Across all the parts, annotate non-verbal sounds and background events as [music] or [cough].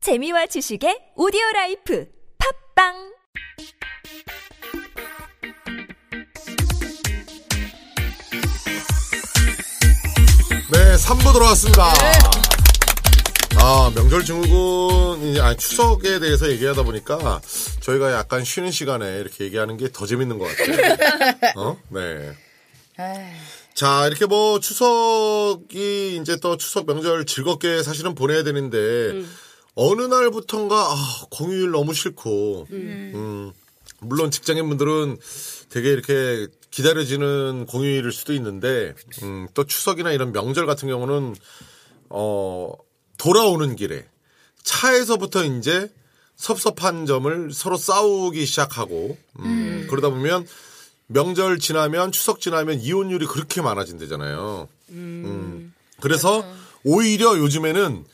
재미와 지식의 오디오 라이프 팝빵 네, 3부 돌아왔습니다. 아, 명절 증후군, 아니, 추석에 대해서 얘기하다 보니까 저희가 약간 쉬는 시간에 이렇게 얘기하는 게 더 재밌는 것 같아요. [laughs] 어? 네. 자, 이렇게 뭐 추석이 이제 또 추석 명절 즐겁게 사실은 보내야 되는데 어느 날부턴가 아, 공휴일 너무 싫고 음, 물론 직장인분들은 되게 이렇게 기다려지는 공휴일일 수도 있는데 음, 또 추석이나 이런 명절 같은 경우는 어, 돌아오는 길에 차에서부터 이제 섭섭한 점을 서로 싸우기 시작하고 음, 그러다 보면 명절 지나면 추석 지나면 이혼율이 그렇게 많아진대잖아요. 음. 그렇죠. 그래서 오히려 요즘에는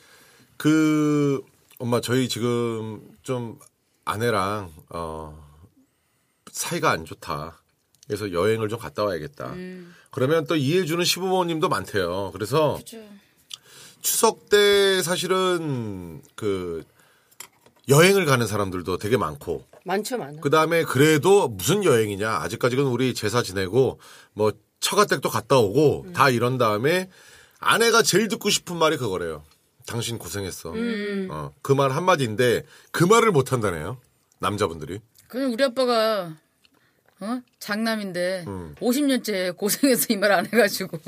그 엄마 저희 지금 좀 아내랑 어 사이가 안 좋다. 그래서 여행을 좀 갔다 와야겠다. 음. 그러면 또 이해해주는 시부모님도 많대요. 그래서 추석 때 사실은 그 여행을 가는 사람들도 되게 많고 많죠, 많아. 그 다음에 그래도 무슨 여행이냐. 아직까지는 우리 제사 지내고, 뭐, 처가댁도 갔다 오고, 음. 다 이런 다음에, 아내가 제일 듣고 싶은 말이 그거래요. 당신 음, 고생했어. 어, 그 말 한마디인데, 그 말을 못한다네요. 남자분들이. 그럼 우리 아빠가 어? 장남인데 50년째 고생해서 이 말 안 해가지고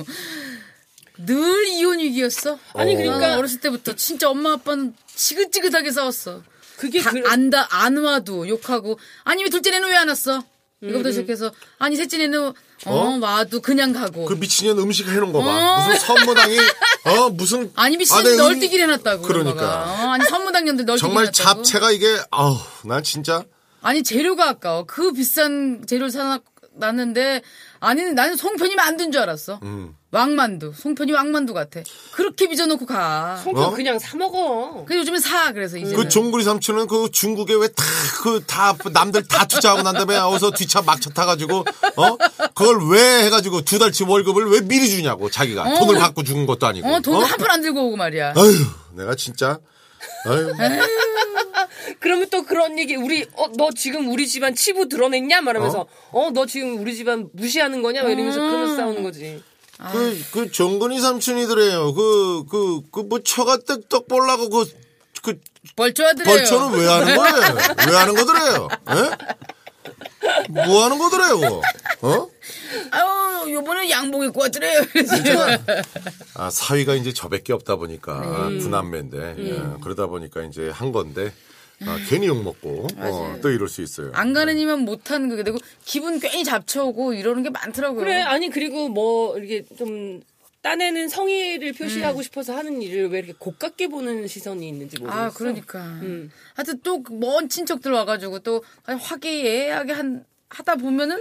늘 이혼 위기였어. 아니, 그러니까- 어, 어렸을 때부터 진짜 엄마 아빠는 지긋지긋하게 싸웠어. 그게 다 그, 안다 안 와도 욕하고 아니 왜 둘째는 왜 안 왔어? 음. 이거부터 시작해서 아니 셋째는 어, 어? 와도 그냥 가고 그 미친년 음식 해놓은 거 봐. 무슨 선무당이, 어, 무슨. 아니 미친 아내 음- 널뛰기를 해놨다고 엄마가. 그러니까. 어, 아니 선무당년들 널뛰기 정말 해놨다고. 잡채가 이게, 아우, 난 진짜. 아니 재료가 아까워. 그 비싼 재료를 사놨는데 아니 나는 송편이면 안 된 줄 알았어. 왕만두. 송편이 왕만두 같아. 그렇게 빚어놓고 가. 송편 어? 그냥 사먹어. 그 요즘에 사 그래서 이제 그 종구리 삼촌은 그 중국에 왜 다 그 다 남들 다 투자하고 난 다음에 어서 뒤차 막차 타가지고 어 그걸 왜 해가지고 두 달치 월급을 왜 미리 주냐고 자기가 어. 돈을 받고 주는 것도 아니고 어 돈 한 푼 안 들고 오고 말이야. 아휴 내가 진짜 아휴 그러면 또 그런 얘기, 우리, 어, 너 지금 우리 집안 치부 드러냈냐? 말하면서, 어, 너 지금 우리 집안 무시하는 거냐? 막 이러면서 음. 그러면서 싸우는 거지. 아. 그, 그, 정근이 삼촌이더래요. 그, 그, 그, 뭐, 처가떡 떡 보려고 그, 그, 벌초하더래요. 벌초는 왜 하는 거래요? 왜 하는 거더래요? 예? 뭐 하는 거더래요, 그거? 어? 아유 요번에 양복 입고 왔더래요. 그래서 [laughs] 아, 사위가 이제 저밖에 없다 보니까 구남매인데 예, 그러다 보니까 이제 한 건데 아, 괜히 욕 먹고 어, 또 이럴 수 있어요. 안 가는 이면 못하는 그게 되고 기분 괜히 잡채오고 이러는 게 많더라고요. 그래, 아니, 그리고 뭐, 이렇게 좀, 딴에는 성의를 표시하고 음. 싶어서 하는 일을 왜 이렇게 고깝게 보는 시선이 있는지 모르겠어. 음. 아, 그러니까. 하여튼 또 먼 친척들 와가지고 또 화기애애하게 한, 하다 보면은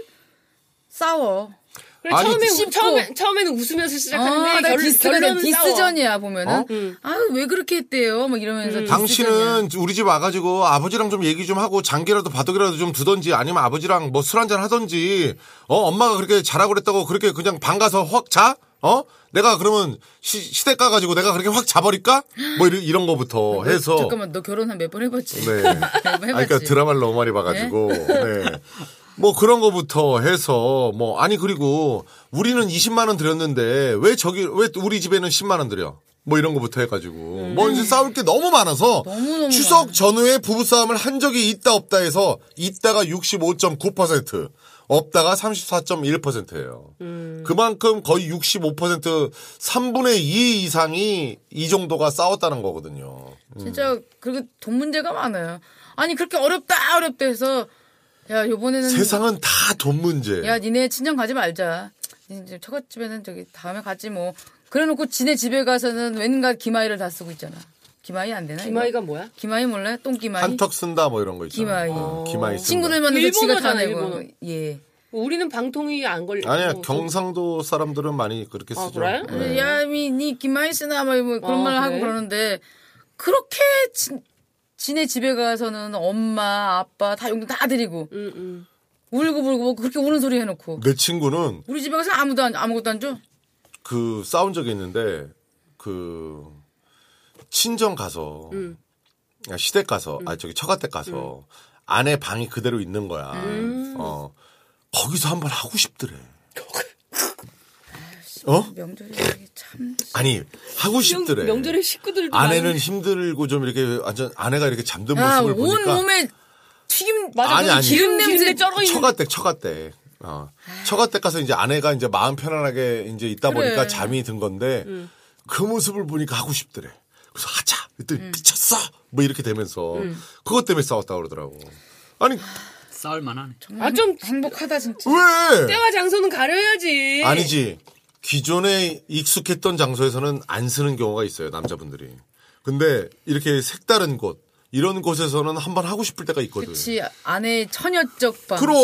싸워. 그래, 아니, 처음에, 씹고. 처음에, 처음에는 웃으면서 아, 시작하는데, 나 결, 디스가 된 결론은 싸워. 디스전이야 보면은. 어? 아유 왜 그렇게 했대요? 막 이러면서. 음. 디스전이야. 당신은 우리 집 와가지고 아버지랑 좀 얘기 좀 하고 장기라도 바둑이라도 좀 두던지 아니면 아버지랑 뭐 술 한잔 하던지 어 엄마가 그렇게 자라고 그랬다고 그렇게 그냥 방 가서 확 자? 어? 내가 그러면 시, 댁 가가지고 내가 그렇게 확 자버릴까? 뭐 이런, 이런 거부터 해서 아, 네. 잠깐만 너 결혼 한 [laughs] 몇 번 해봤지? 네. 해봤지. 아, 그러니까 드라마를 너무 많이 봐가지고. 네. 뭐 그런 거부터 해서 뭐 아니 그리고 우리는 20만 원 드렸는데 왜 저기 왜 우리 집에는 10만 원 드려? 뭐 이런 거부터 해가지고 뭐 이제 싸울 게 너무 많아서 너무너무 추석 전후에 부부 싸움을 한 적이 있다 없다 해서 있다가 65.9% 없다가 34.1%예요. 그만큼 거의 65% 3분의 2 이상이 이 정도가 싸웠다는 거거든요. 진짜 그리고 돈 문제가 많아요. 아니 그렇게 어렵다 어렵다 해서 야 요번에는 세상은 다 돈 문제. 음. 야, 니네 친정 가지 말자. 이제 처갓집에는 저기 다음에 가지 뭐. 그래놓고 지네 집에 가서는 왠가 기마이를 다 쓰고 있잖아. 기마이 안 되나? 김아이가 뭐야? 이거? 기마이 몰라요? 똥기마이. 한턱 쓴다 뭐 이런 거 있잖아. 기마이. 요 기마이 쓴다. 친구들만 해서 지가 일본어잖아, 다 내고. 일본어. 예. 우리는 방통위 안 걸려. 뭐 아니야 경상도 사람들은 많이 그렇게 아, 쓰죠. 그래? 네. 야, 미, 니 기마이 쓰나? 막 뭐, 그런 어, 말 하고 그래? 그러는데, 그렇게 지, 지네 집에 가서는 엄마, 아빠 다 용돈 다 드리고, 음, 음. 울고불고 뭐 그렇게 우는 소리 해놓고. 내 친구는 우리 집에 가서 아무도 안, 아무것도 안 줘? 그 음. 싸운 적이 있는데 그 친정 가서 그냥 시댁 가서 아 저기 처가댁 가서 안에 방이 그대로 있는 거야. 음. 어 거기서 한번 하고 싶더래. 어? 명절이 참 아니 하고 싶더래. 명, 절에 식구들도 아내는 많이- 힘들고 좀 이렇게 완전 아내가 이렇게 잠든 야, 모습을 온 보니까 몸에 튀김 맞아 아니, 그 아니. 기름 냄새 기름 아. 쩔어 있는 처가댁 처가댁. 어. 처가댁 가서 이제 아내가 이제 마음 편안하게 이제 있다 그래. 음. 보니까 잠이 든 건데 그 모습을 보니까 하고 싶더래. 그래서 하자. 그랬더니 음. 미쳤어. 뭐 이렇게 되면서 그것 때문에 싸웠다 그러더라고. 아니 싸울만하네. 아 좀 행복하다 진짜. 왜? 때와 장소는 네. 가려야지 아니지. 기존에 익숙했던 장소에서는 안 쓰는 경우가 있어요 남자분들이. 근데 이렇게 색다른 곳 이런 곳에서는 한번 하고 싶을 때가 있거든. 그렇지 아내 처녀적 방. 그럼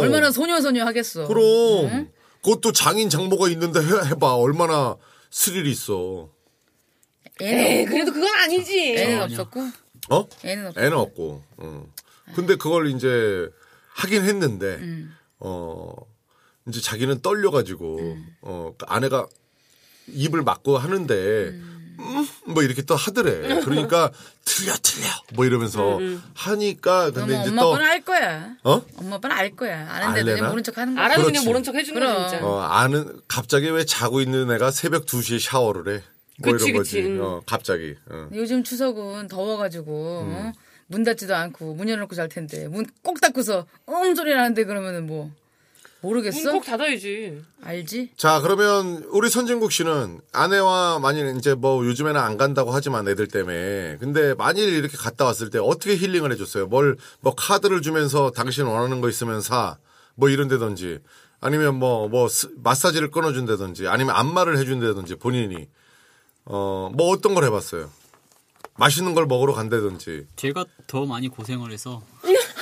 얼마나 소녀소녀 하겠어. 그럼 그것도 장인 장모가 있는데 해, 해봐 얼마나 스릴이 있어 애는, 에이 그래도 그건 아니지 애는 전혀. 없었고. 어 애는 없- 애는 없고 응. 근데 그걸 이제 하긴 했는데 어 이제 자기는 떨려가지고 어그 아내가 입을 막고 하는데 음, 뭐 이렇게 또 하더래 그러니까 틀려 틀려 뭐 이러면서 하니까 근데 너무 이제 엄마 아빠는 알 거야. 또어 엄마 아빠는 알 거야. 아는데 알래나? 그냥 모른 척 하는 거야. 알아도 그렇지. 그냥 모른 척 해주는 그럼. 거 진짜 어, 아는, 갑자기 왜 자고 있는 애가 새벽 2시에 샤워를 해? 뭐 그치, 이런 그치, 거지. 응. 어, 갑자기. 어. 요즘 추석은 더워가지고 음. 어? 문 닫지도 않고 문 열어놓고 잘 텐데 문 꼭 닫고서 엉 소리 나는데 그러면은 뭐 모르겠어? 문꼭 닫아야지 알지? 자, 그러면 우리 선진국 씨는 아내와 만일 이제 뭐 요즘에는 안 간다고 하지만 애들 때문에. 근데 만일 이렇게 갔다 왔을 때 어떻게 힐링을 해줬어요? 뭘, 뭐 카드를 주면서 당신 원하는 거 있으면 사. 뭐 이런다든지. 아니면 뭐, 뭐, 스- 마사지를 끊어준다든지. 아니면 안마를 해준다든지 본인이. 어, 뭐 어떤 걸 해봤어요? 맛있는 걸 먹으러 간다든지. 제가 더 많이 고생을 해서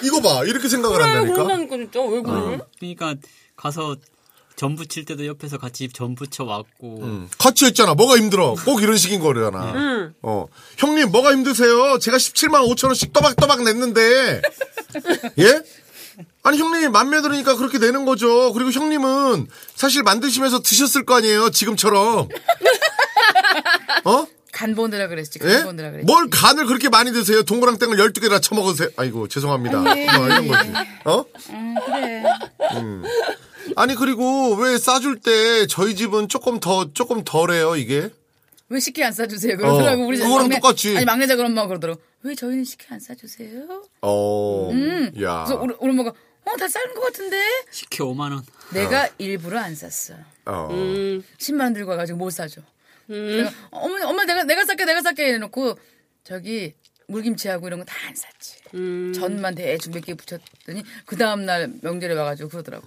이거 봐. 이렇게 생각을 그래 한다니까. 그런다니까 진짜 왜 네? 그래 그러니까 가서 전 부칠 때도 옆에서 같이 전 부쳐 왔고 같이 했잖아. 뭐가 힘들어. 꼭 이런 식인 거잖아. 어. 형님, 뭐가 힘드세요? 제가 17만 5천 원씩 또박또박 냈는데. 예? 아니, 형님, 맘에 들으니까 그렇게 내는 거죠. 그리고 형님은 사실 만드시면서 드셨을 거 아니에요. 지금처럼. 어? 간 보느라 그랬지. 간 예? 보느라 그랬지. 뭘 간을 그렇게 많이 드세요? 동그랑땡을 12개나 처먹으세요? 아이고, 죄송합니다. 뭐 이런 거지. 어? 예. 음, 음. 그래. 아니, 그리고 왜 싸줄 때 저희 집은 조금 더, 조금 덜해요, 이게? 왜 식혜 안 싸주세요? 그러더라고 어, 우리 그거랑 막내- 똑같지. 아니 막내자 그런 엄마 가 그러더라고. 왜 저희는 식혜 안 싸주세요? 어, 야. 음. 그래서 우리, 우리 엄마가 어다 싸는 것 같은데. 식혜 5만 원. 내가 일부러 안 쌌어. 어. 음. 10만 원 들고 와가지고 못 사줘. 내가, 어머니 엄마 내가 내가 쌀게 내가 쌀게 해놓고 저기 물김치하고 이런 거 다 안 샀지. 전만 대충 몇 개 붙였더니 그 다음 날 명절에 와가지고 그러더라고.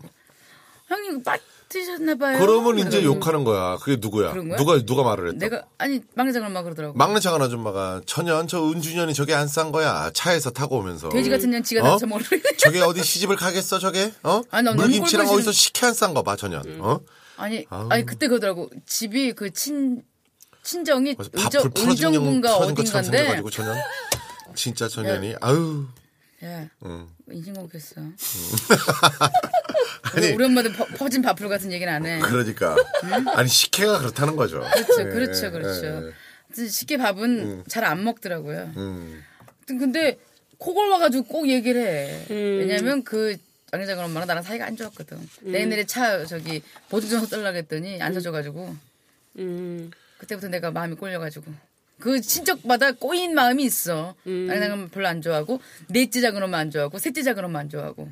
형님 이거 빠뜨셨나 봐요. 그러면 이제 그래가지고 욕하는 거야. 그게 누구야? 그런 거야? 누가 누가 말을 했다? 내가 아니 막내자 그런 엄마 그러더라고. 막내 장한 아줌마가 천연 저 은준현이 저게 안 싼 거야. 차에서 타고 오면서. 돼지 같은 년 지가 어? 나서 모르. 저게 어디 시집을 가겠어 저게? 어? 아니, 나 너무 물김치랑 꼴보기 음. 어디서 식혜 안 싼 거 봐 천연. 어? [laughs] 아니, 아니 그때 그러더라고. 집이 그 친 친정이 그래서 의정, 어, 밥풀 풀어진 영 의정부인가 풀어진 것처럼 어딘가인데. 네. 생겨가지고 천연. 진짜 천연이 아유 예. 어. 인신공격했어. 음. [laughs] [laughs] 우리, 우리 엄마도 퍼, 퍼진 밥풀 같은 얘기는 안 해. 그러니까 음? 아니 식혜가 그렇다는 거죠. 그렇죠, 예, 그렇죠, 예, 그렇죠. 예. 진짜 쉽게 밥은 잘 안 먹더라고요. 음. 하여튼 근데 코골 와가지고 꼭 얘기를 해. 왜냐면 그 양자가 엄마랑 나랑 사이가 안 좋았거든. 내 옛날에 차 저기 보증금 써달라고 했더니 안 써줘가지고 어. 음. 그때부터 내가 마음이 꼴려가지고 그 친척마다 꼬인 마음이 있어. 양자가 엄마 별로 안 좋아하고 넷째 작은 엄마 안 좋아하고 셋째 작은 엄마 안 좋아하고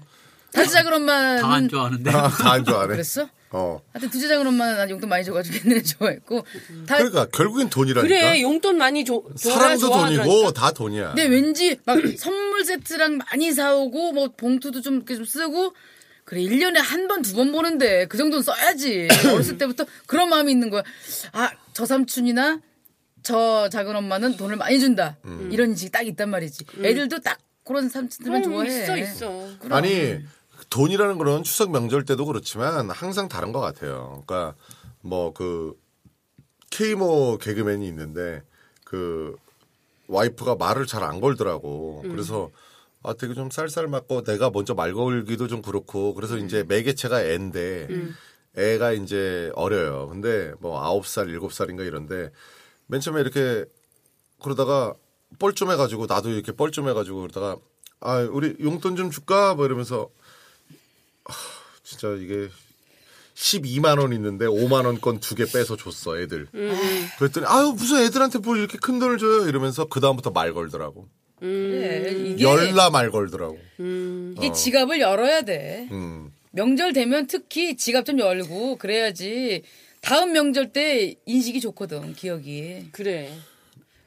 다섯째 작은 엄마는 다 안 좋아하는데 다 안 좋아하네. 그랬어? 어. 하여튼 두째 작은 엄마는 난 용돈 많이 줘가지고 [laughs] 옛날에 좋아했고 다 그러니까 결국엔 돈이라니까. 그래 용돈 많이 줘 줘라 사랑도 좋아하더라니까 돈이고 다 돈이야. 근데 네, 왠지 막 [clears throat] 선물 세트랑 많이 사오고 뭐 봉투도 좀 이렇게 좀 쓰고 그래 1년에 한 번 두 번 보는데 그 정도는 [clears throat] 써야지 어렸을 때부터 그런 마음이 있는 거야 아 저 삼촌이나 저 작은 엄마는 돈을 많이 준다 음. 이런 인식이 딱 있단 말이지 애들도 딱 그런 삼촌들만 그럼 좋아해 음. 있어 있어 그럼. 아니 돈이라는 거는 추석 명절 때도 그렇지만 항상 다른 것 같아요. 그러니까 뭐 그 케이모 개그맨이 있는데 그 와이프가 말을 잘 안 걸더라고. 음. 그래서 아 되게 좀 쌀쌀 맞고 내가 먼저 말 걸기도 좀 그렇고 그래서 음. 이제 매개체가 애인데 애가 이제 어려요. 근데 뭐 아홉 살 일곱 살인가 이런데 맨 처음에 이렇게 그러다가 뻘쭘해가지고 나도 이렇게 뻘쭘해가지고 그러다가 아 우리 용돈 좀 줄까 뭐 이러면서 아, 진짜 이게 12만 원 있는데 5만 원 건 두 개 빼서 줬어 애들. 그랬더니 아유 무슨 애들한테 뭘 이렇게 큰 돈을 줘요 이러면서 그 다음부터 말 걸더라고. 음. 그래, 예, 이게 열나 말 걸더라고. 이게 지갑을 열어야 돼. 음. 명절 되면 특히 지갑 좀 열고 그래야지 다음 명절 때 인식이 좋거든 기억이. 그래.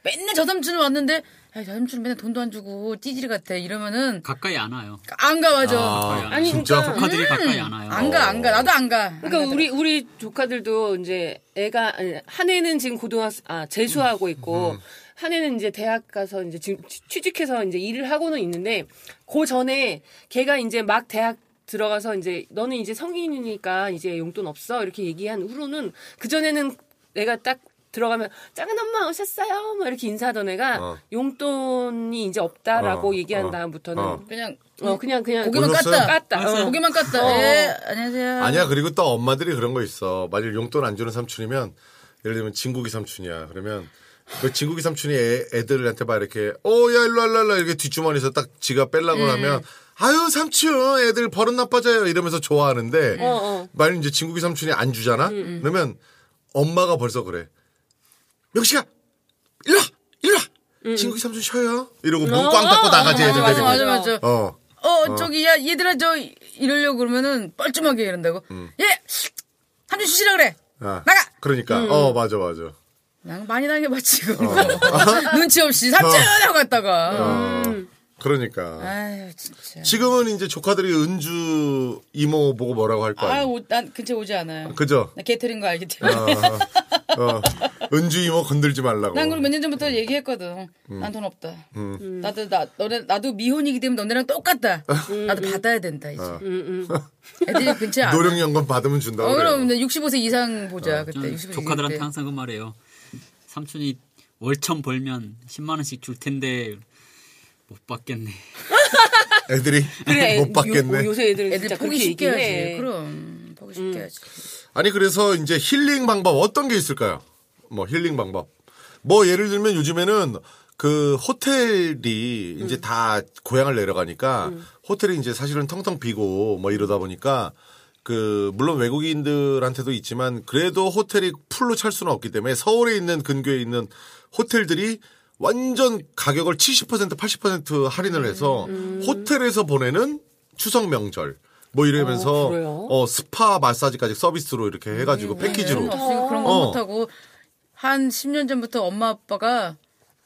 맨날 저 삼촌은 왔는데 아, 저 삼촌은 맨날 돈도 안 주고 찌질 같아 이러면은 [laughs] 가까이 안 와요. 안 가와줘. 가까이 아니, 진짜 그러니까- 조카들이 음. 가까이 안 와요. 안 가, 안 가. 나도 안 가. 그러니까 우리 우리 조카들도 이제 애가 아니, 한 애는 지금 고등학생 아 재수하고 음, 있고 한 애는 이제 대학 가서 이제 지금 취- 취직해서 이제 일을 하고는 있는데 그 전에 걔가 이제 막 대학 들어가서 이제 너는 이제 성인이니까 이제 용돈 없어 이렇게 얘기한 후로는 그 전에는 내가 딱 들어가면 작은 엄마 오셨어요 뭐 이렇게 인사하던 애가 어. 용돈이 이제 없다라고 어, 얘기한 어, 다음부터는 어. 어, 그냥 그냥 그냥 고개만 놀랐어요? 깠다. 아, 깠다 어. 고개만 깠다. 예, 안녕하세요. 아니야 그리고 또 엄마들이 그런 거 있어. 만약 용돈 안 주는 삼촌이면 예를 들면 진국이 삼촌이야. 그러면 그 진국이 삼촌이 애, 애들한테 막 이렇게 어, 오야 일로 와, 일로 와, 일로 와 이렇게 뒷주머니에서 딱 지갑 빼려고 예. 하면 아유 삼촌 애들 버릇 나빠져요 이러면서 좋아하는데 어. 만약 이제 진국이 삼촌이 안 주잖아. 음, 그러면 엄마가 벌써 그래. 명식아 일로 와, 일로 와. 음, 진국이 삼촌 쉬어요. 이러고 문 꽝 닫고 나가지 애들 어, 맞아, 데리고. 맞아, 맞아. 어. 어, 저기, 야, 얘들아, 저, 이- 이러려고 그러면은, 뻘쭘하게 이런다고. 음. 예! 한주 주시라 그래! 아. 나가! 음, 그러니까 어 맞아 맞아. 그냥 많이 당해봤지, 그거. 어. [laughs] 눈치 없이 삼촌! 하고 갔다가. 그러니까. 아유, 진짜. 지금은 이제 조카들이 은주 이모 보고 뭐라고 할 거 아, 아니야. 오, 난 근처 오지 않아요. 그죠? 나 개털인 거 알기 때문에. 어. 은주 이모 건들지 말라고. 난 그걸 몇 년 전부터 얘기했거든. 음. 난 돈 없다. 나도 나 너네 나도 미혼이기 때문에 너네랑 똑같다. 나도 받아야 된다 이제. 음, 애들이 근처에 음. 안. 어. 노령연금 받으면 준다고. 어. 어, 그래요. 그럼 이제 65세 네, 이상 보자 그때. 저는 65세 조카들한테 이상 때. 항상 그 말해요. 삼촌이 월천 벌면 10만 원씩 줄 텐데 못 받겠네. 애들이 그래 [laughs] 못 받겠네. 요, 새 애들은 진짜 애들 포기 그렇게 쉽게 얘기해. 음. 하지. 그럼 포기 쉽게 하지. 아니 그래서 이제 힐링 방법 어떤 게 있을까요? 뭐 힐링 방법. 뭐 예를 들면 요즘에는 그 호텔이 이제 다 고향을 내려가니까 호텔이 이제 사실은 텅텅 비고 뭐 이러다 보니까 그 물론 외국인들한테도 있지만 그래도 호텔이 풀로 찰 수는 없기 때문에 서울에 있는 근교에 있는 호텔들이 완전 가격을 70% 80% 할인을 해서 음. 호텔에서 보내는 추석 명절 뭐 이러면서 어, 그래요? 어, 스파 마사지까지 서비스로 이렇게 해가지고 패키지로. 돈 음. 네, 없으니까 그런 거 어. 못하고 한 10년 전부터 엄마 아빠가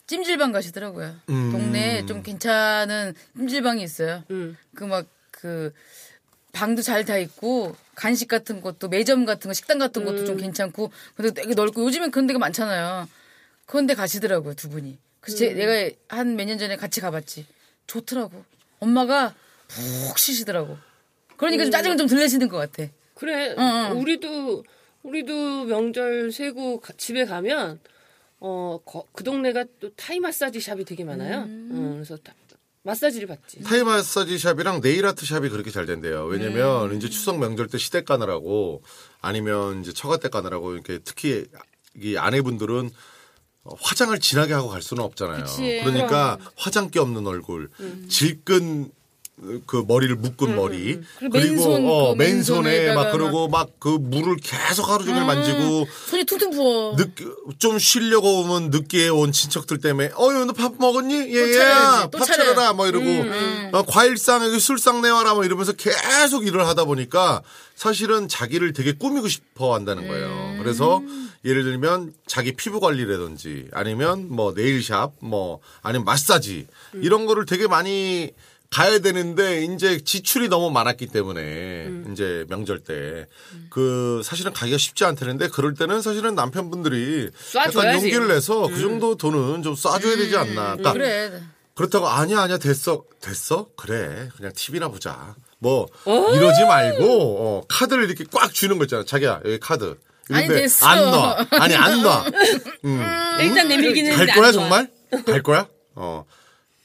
찜질방 가시더라고요. 음. 동네에 좀 괜찮은 찜질방이 있어요. 그 막 그 방도 잘 다 있고 간식 같은 것도 매점 같은 거 식당 같은 것도 좀 괜찮고 근데 되게 넓고 요즘엔 그런 데가 많잖아요. 그런 데 가시더라고요 두 분이. 그래서 제- 내가 한 몇 년 전에 같이 가봤지. 좋더라고. 엄마가 푹 쉬시더라고. 그러니까 좀 짜증은 좀 들리시는 것 같아. 그래 응, 응. 우리도 우리도 명절 세고 가- 집에 가면 어 그 동네가 또 타이 마사지 샵이 되게 많아요. 응, 그래서 다- 마사지를 받지. 타이 마사지 샵이랑 네일 아트 샵이 그렇게 잘 된대요. 네. 왜냐면 이제 추석 명절 때 시댁 가느라고 아니면 이제 처가 댁 가느라고 이렇게 특히 이 아내분들은 화장을 진하게 하고 갈 수는 없잖아요. 그치. 음. 러니까 화장기 없는 얼굴, 질끈 그 머리를 묶은 머리 그리고 그리고 맨손, 어, 그 맨손에 맨손에다가 음. 막 그러고 막 그 물을 계속 하루 종일 만지고 손이 퉁퉁 부어. 늦, 좀 쉬려고 오면 늦게 온 친척들 때문에 어유 너 밥 먹었니? 예야 차려야지, 또 밥 차려야. 차려라 뭐 이러고 음, 어, 과일상 여기 술상 내와라 뭐 이러면서 계속 일을 하다 보니까 사실은 자기를 되게 꾸미고 싶어 한다는 거예요. 음. 그래서 예를 들면 자기 피부 관리라든지 아니면 뭐 네일샵 뭐 아니면 마사지 음. 이런 거를 되게 많이 가야 되는데 이제 지출이 너무 많았기 때문에 음. 이제 명절 때 그 사실은 가기가 쉽지 않다는데 그럴 때는 사실은 남편분들이 약간 쏴줘야지. 음. 용기를 내서 그 정도 돈은 좀 쏴줘야 되지 않나. 그러니까 그래. 그렇다고 아니야 아니야 됐어 됐어 그래 그냥 TV나 보자 뭐 이러지 말고 어, 카드를 이렇게 꽉 주는 거 있잖아 자기야 여기 카드 아니, 이런데 됐어. 안 넣어 아니 [laughs] 안 넣어 아. 일단 내밀기는 음? 갈 안 거야 좋아. 정말 갈 거야 어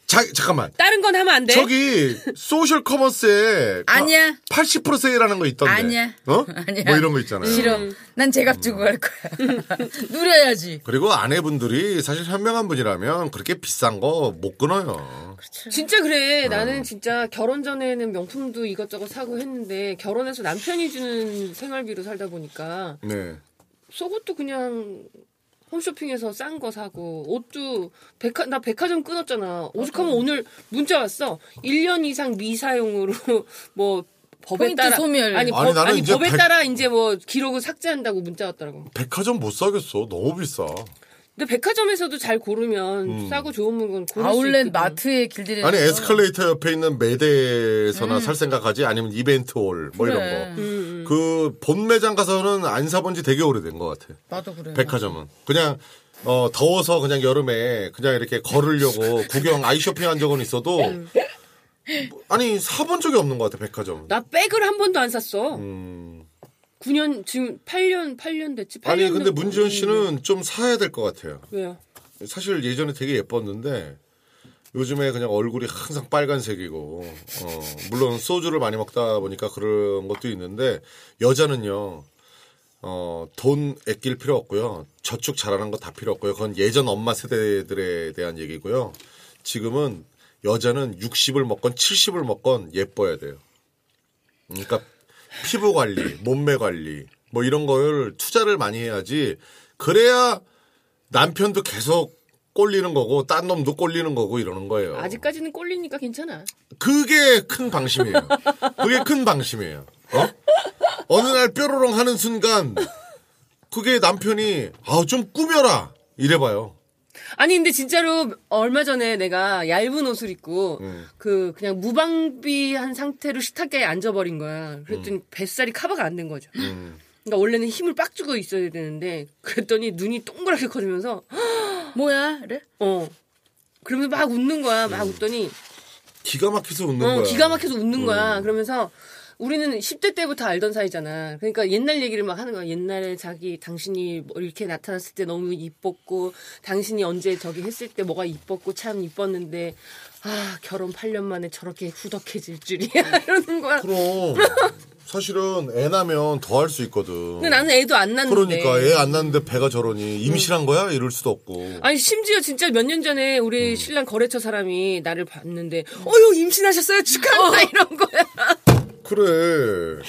자, 잠깐만. 다른 건 하면 안 돼. 저기 소셜 커머스에 네? 아니야. 80% 세일하는 거 있던데. 아니야. 어? [laughs] 아니야. 뭐 이런 거 있잖아요. 싫어. 음. 난 제값 주고 갈 거야. [laughs] 누려야지. 그리고 아내분들이 사실 현명한 분이라면 그렇게 비싼 거 못 끊어요. 진짜 아. 그래. 나는 진짜 결혼 전에는 명품도 이것저것 사고 했는데 결혼해서 남편이 주는 생활비로 살다 보니까 네. 속옷도 그냥 홈쇼핑에서 싼 거 사고 옷도 백화 나 백화점 끊었잖아. 어, 오죽하면 오늘 문자 왔어. 1년 이상 미사용으로 [laughs] 뭐 법에 포인트 따라 소멸. 아니, 아니, 법, 나는 아니 이제 법에 백- 따라 이제 뭐 기록을 삭제한다고 문자 왔더라고. 백화점 못 사겠어. 너무 비싸. 근데 백화점에서도 잘 고르면 음. 싸고 좋은 물건 고를 수 아울렛 있거든. 마트에 길들여. 아니 에스컬레이터 옆에 있는 매대에서나 살 생각하지 아니면 이벤트 홀 뭐 이런 거. 그 본 매장 가서는 안 사본 지 되게 오래된 것 같아. 나도 네. 그래. 백화점은 그냥 어 더워서 그냥 여름에 그냥 이렇게 [laughs] 걸으려고 구경 아이쇼핑 한 적은 [laughs] 있어도 뭐, 아니 사본 적이 없는 것 같아 백화점은. 나 백을 한 번도 안 샀어. 9년 지금 8년 8년 됐지. 음. 8년 음. 아니 근데 문지현 씨는 좀 사야 될 것 같아요. 왜요? 사실 예전에 되게 예뻤는데 요즘에 그냥 얼굴이 항상 빨간색이고 어, 물론 소주를 많이 먹다 보니까 그런 것도 있는데 여자는요 어, 돈 아낄 필요 없고요 저축 잘하는 거 다 필요 없고요 그건 예전 엄마 세대들에 대한 얘기고요 지금은 여자는 60을 먹건 70을 먹건 예뻐야 돼요 그러니까 피부 관리 몸매 관리 뭐 이런 걸 투자를 많이 해야지 그래야 남편도 계속 꼴리는 거고 딴 놈도 꼴리는 거고 이러는 거예요. 아직까지는 꼴리니까 괜찮아. 그게 큰 방심이에요. 그게 큰 방심이에요. 어? 어느 날 뾰로롱 하는 순간 그게 남편이 아 좀 꾸며라 이래봐요. 아니 근데 진짜로 얼마 전에 내가 얇은 옷을 입고 그 그냥 무방비한 상태로 식탁에 앉아버린 거야. 그랬더니 뱃살이 커버가 안 된 거죠. 그러니까 원래는 힘을 빡 주고 있어야 되는데 그랬더니 눈이 동그랗게 커지면서 뭐야? 그래? 어 그러면서 막 웃는 거야. 막 웃더니 기가 막혀서 웃는 어, 거야. 어. 기가 막혀서 웃는 거야. 그러면서 우리는 10대 때부터 알던 사이잖아. 그러니까 옛날 얘기를 막 하는 거야. 옛날에 자기 당신이 뭐 이렇게 나타났을 때 너무 이뻤고 당신이 언제 저기 했을 때 뭐가 이뻤고 참 이뻤는데 아 결혼 8년 만에 저렇게 후덕해질 줄이야 [laughs] 이러는 거야. 그럼 사실은 애 나면 더 할 수 있거든. 근데 나는 애도 안 낳는데. 그러니까 애 안 낳는데 배가 저러니 임신한 거야 이럴 수도 없고. 아니 심지어 진짜 몇 년 전에 우리 음. 신랑 거래처 사람이 나를 봤는데 어유 임신하셨어요 축하합니다 [laughs] 이런 거야. 그래.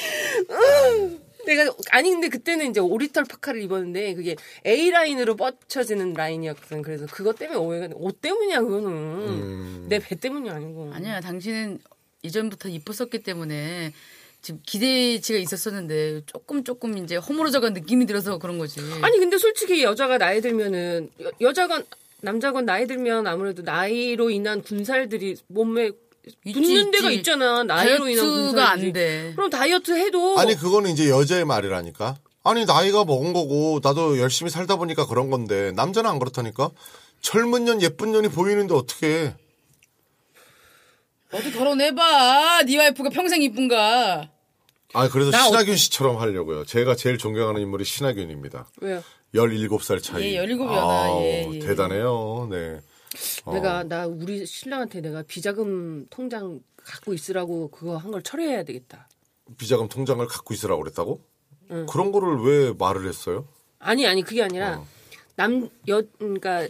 내가 아니 근데 그때는 이제 오리털 파카를 입었는데 그게 A 라인으로 뻗쳐지는 라인이었거든. 그래서 그것 때문에 오해가 돼. 옷 때문이야 그거는 음. 내 배 때문이 아니고. 아니야. 당신은 이전부터 이뻤었기 때문에 지금 기대치가 있었었는데 조금 조금 이제 허물어져간 느낌이 들어서 그런 거지. 아니 근데 솔직히 여자가 나이 들면은 여, 여자건 남자건 나이 들면 아무래도 나이로 인한 군살들이 몸에 있지, 붙는 데가 있지. 있잖아 나이로 인한 군살들이. 다이어트가 안 돼. 그럼 다이어트 해도 아니 그거는 이제 여자의 말이라니까. 아니 나이가 먹은 거고 나도 열심히 살다 보니까 그런 건데 남자는 안 그렇다니까. 젊은 년 예쁜 년이 보이는데 어떻게? 너도 결혼해봐. 네 와이프가 평생 이쁜가. 아 그래서 나 신하균 씨처럼 하려고요. 제가 제일 존경하는 인물이 신하균입니다. 왜요? 17살 차이. 예, 17 이야, 나. 아우, 예, 예. 대단해요. 네. 내가 나 우리 신랑한테 내가 비자금 통장 갖고 있으라고 그거 한 걸 철회해야 되겠다. 비자금 통장을 갖고 있으라고 그랬다고? 그런 거를 왜 말을 했어요? 아니 아니 그게 아니라 어. 남여 그러니까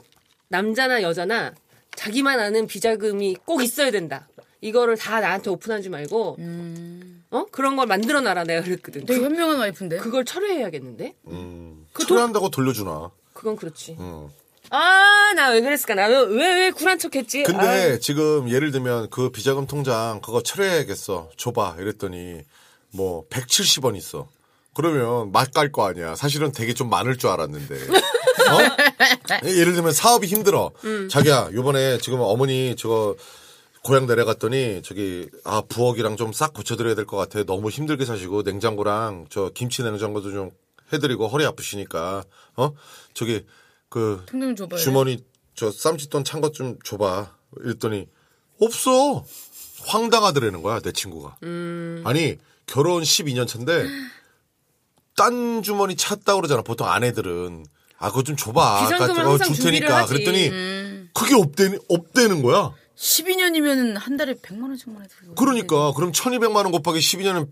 남자나 여자나 자기만 아는 비자금이 꼭 있어야 된다. 이거를 다 나한테 오픈하지 말고 음. 어 그런 걸 만들어 놔라 내가 그랬거든. 되게 그, 현명한 와이프인데. 그걸 철회해야겠는데? 그 철회한다고 돌려주나. 그건 그렇지. 어. 아 나 왜 그랬을까? 나 왜 왜 굴한 척했지? 근데 지금 예를 들면 그 비자금 통장 그거 철회해야겠어. 줘봐. 이랬더니 뭐 170원 있어. 그러면 맛갈 거 아니야. 사실은 되게 좀 많을 줄 알았는데. 어? 예를 들면 사업이 힘들어. 자기야, 요번에 지금 어머니 저거 고향 내려갔더니 저기 아 부엌이랑 좀 싹 고쳐드려야 될 것 같아. 너무 힘들게 사시고 냉장고랑 저 김치 냉장고도 좀 해드리고 허리 아프시니까 어 저기 그 통장 뭐 줘봐요. 주머니 저 쌈짓돈 찬 것 좀 줘봐. 이랬더니 없어. 황당하더라는 거야 내 친구가. 음. 아니 결혼 12년 차인데 딴 주머니 찾다 그러잖아. 보통 아내들은 아 그거 좀 줘봐. 비상금을 항상 줄 준비를 테니까. 하지. 음. 그랬더니 그게 없대 없대는 거야. 12년이면 한 달에 100만 원씩만 해도 이거 그러니까 음. 그럼 1200만 원 곱하기 12년은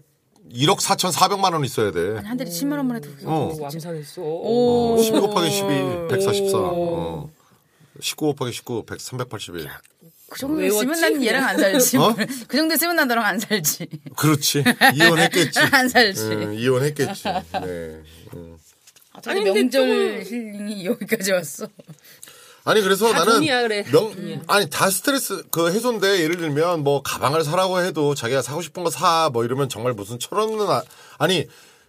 1억 4,400만 원 있어야 돼. 아니, 한 달에 10만 원만 해도 그게 어. 오, 뭐 암산했어. 어, 오. 12 곱하기 12 144. 어. 19 곱하기 19 100 381. 그 정도 있으면 외웠지? 난 얘랑 안 살지. 어? [laughs] 그 정도 있으면 난 너랑 안 살지. 그렇지. [laughs] 이혼했겠지. 안 살지. 음, 이혼했겠지. 네. 음. 아, 저도 아니, 근데 명절 힐링이 여기까지 왔어. 아니 그래서 다 나는 돈이야, 그래. 다 명 아니 다 스트레스 그 해소인데 예를 들면 뭐 가방을 사라고 해도 자기가 사고 싶은 거 사 뭐 이러면 정말 무슨 철없는 아, 아니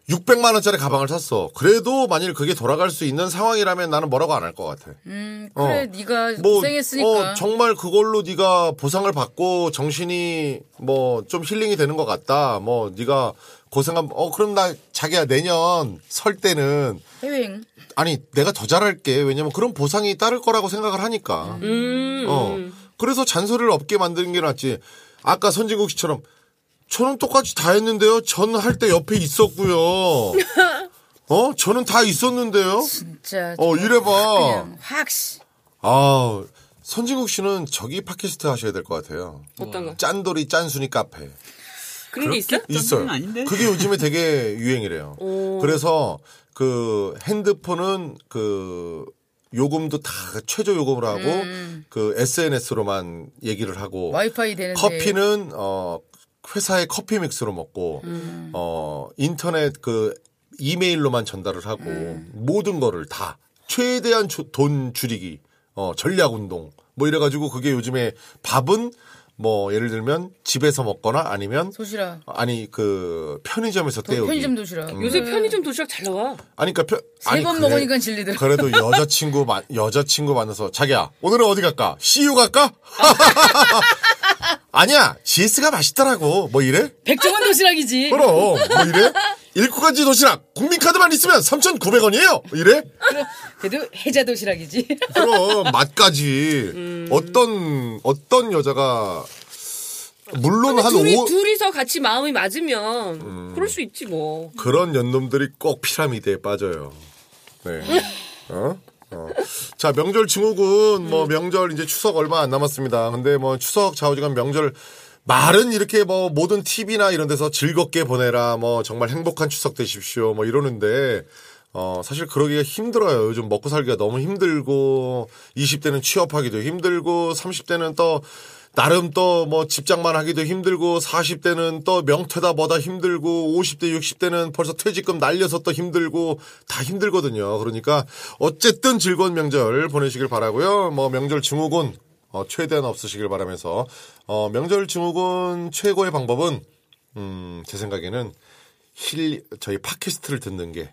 600만 원짜리 가방을 샀어. 그래도 만일 그게 돌아갈 수 있는 상황이라면 나는 뭐라고 안 할 것 같아. 음, 그래 어. 네가 뭐, 고생했으니까. 어, 정말 그걸로 네가 보상을 받고 정신이 뭐 좀 힐링이 되는 것 같다. 뭐 네가 고생한 어 그럼 나 자기야 내년 설 때는 해외행. 아니 내가 더 잘할게 왜냐면 그런 보상이 따를 거라고 생각을 하니까 음. 어 그래서 잔소리를 없게 만드는 게 낫지 아까 선진국 씨처럼 저는 똑같이 다 했는데요 저는 할 때 옆에 [laughs] 있었고요 어 저는 다 있었는데요 진짜. 어 이래봐 그냥 확 씨. 아 선진국 씨는 저기 팟캐스트 하셔야 될 것 같아요 어떤 거? 짠돌이 짠순이 카페 그런 게 있어? 있어요. 아닌데? 그게 요즘에 되게 유행이래요. 그래서 그 핸드폰은 그 요금도 다 최저 요금을 하고 그 SNS로만 얘기를 하고 음. 와이파이 되는데. 커피는 어 회사의 커피 믹스로 먹고 음. 어 인터넷 그 이메일로만 전달을 하고 음. 모든 거를 다 최대한 주- 돈 줄이기 어 전략 운동 뭐 이래 가지고 그게 요즘에 밥은 뭐 예를 들면 집에서 먹거나 아니면 도시락. 아니 그 편의점에서 때우기. 음. 편의점 도시락. 요새 편의점 도시락 잘 나와. 아니 그러니까 편 세 번 먹으니까 질리더라. 그래도 여자친구 [laughs] 마, 여자친구 만나서 자기야 오늘은 어디 갈까? CU 갈까? [laughs] 아니야 GS가 맛있더라고 뭐 이래? 백종원 도시락이지. 그럼 뭐 이래? 일구가지 도시락 국민카드만 있으면 3,900원이에요 이래? 그래도 해자 도시락이지. [laughs] 그럼 맛까지 음. 어떤 어떤 여자가 물론 한 둘이, 오 음. 둘이서 같이 마음이 맞으면 그럴 수 있지 뭐. 그런 연놈들이 꼭 피라미드에 빠져요. 네. 어? 어. 자, 명절 증후군, 뭐, 명절, 이제 추석 얼마 안 남았습니다. 근데 뭐, 추석 좌우지간 명절, 말은 이렇게 뭐, 모든 TV나 이런 데서 즐겁게 보내라, 뭐, 정말 행복한 추석 되십시오, 뭐, 이러는데, 어, 사실 그러기가 힘들어요. 요즘 먹고 살기가 너무 힘들고, 20대는 취업하기도 힘들고, 30대는 또, 나름 또 뭐 집장만 하기도 힘들고 40대는 또 명퇴다 뭐다 힘들고 50대 60대는 벌써 퇴직금 날려서 또 힘들고 다 힘들거든요. 그러니까 어쨌든 즐거운 명절 보내시길 바라고요. 뭐 명절 증후군 어, 최대한 없으시길 바라면서 어, 명절 증후군 최고의 방법은 음, 제 생각에는 힐 저희 팟캐스트를 듣는 게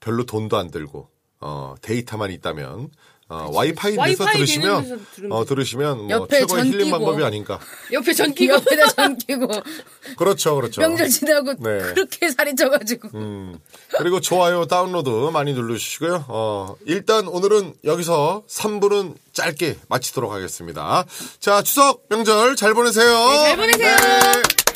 별로 돈도 안 들고 어, 데이터만 있다면 어, 와이파이 돼서 와이파이 되는 들으시면 데서 들으면 어, 들으시면 뭐 옆에 최고의 전 힐링 끼고. 방법이 아닌가. 옆에 전 끼고 옆에다 전 [laughs] 끼고 그렇죠, 그렇죠. 명절 지나고 네. 그렇게 살이 쪄가지고 그리고 좋아요, 다운로드 많이 누르시고요. 어, 일단 오늘은 여기서 3부는 네, 짧게 마치도록 하겠습니다. 자, 추석 명절 잘 보내세요. 잘 보내세요. 네.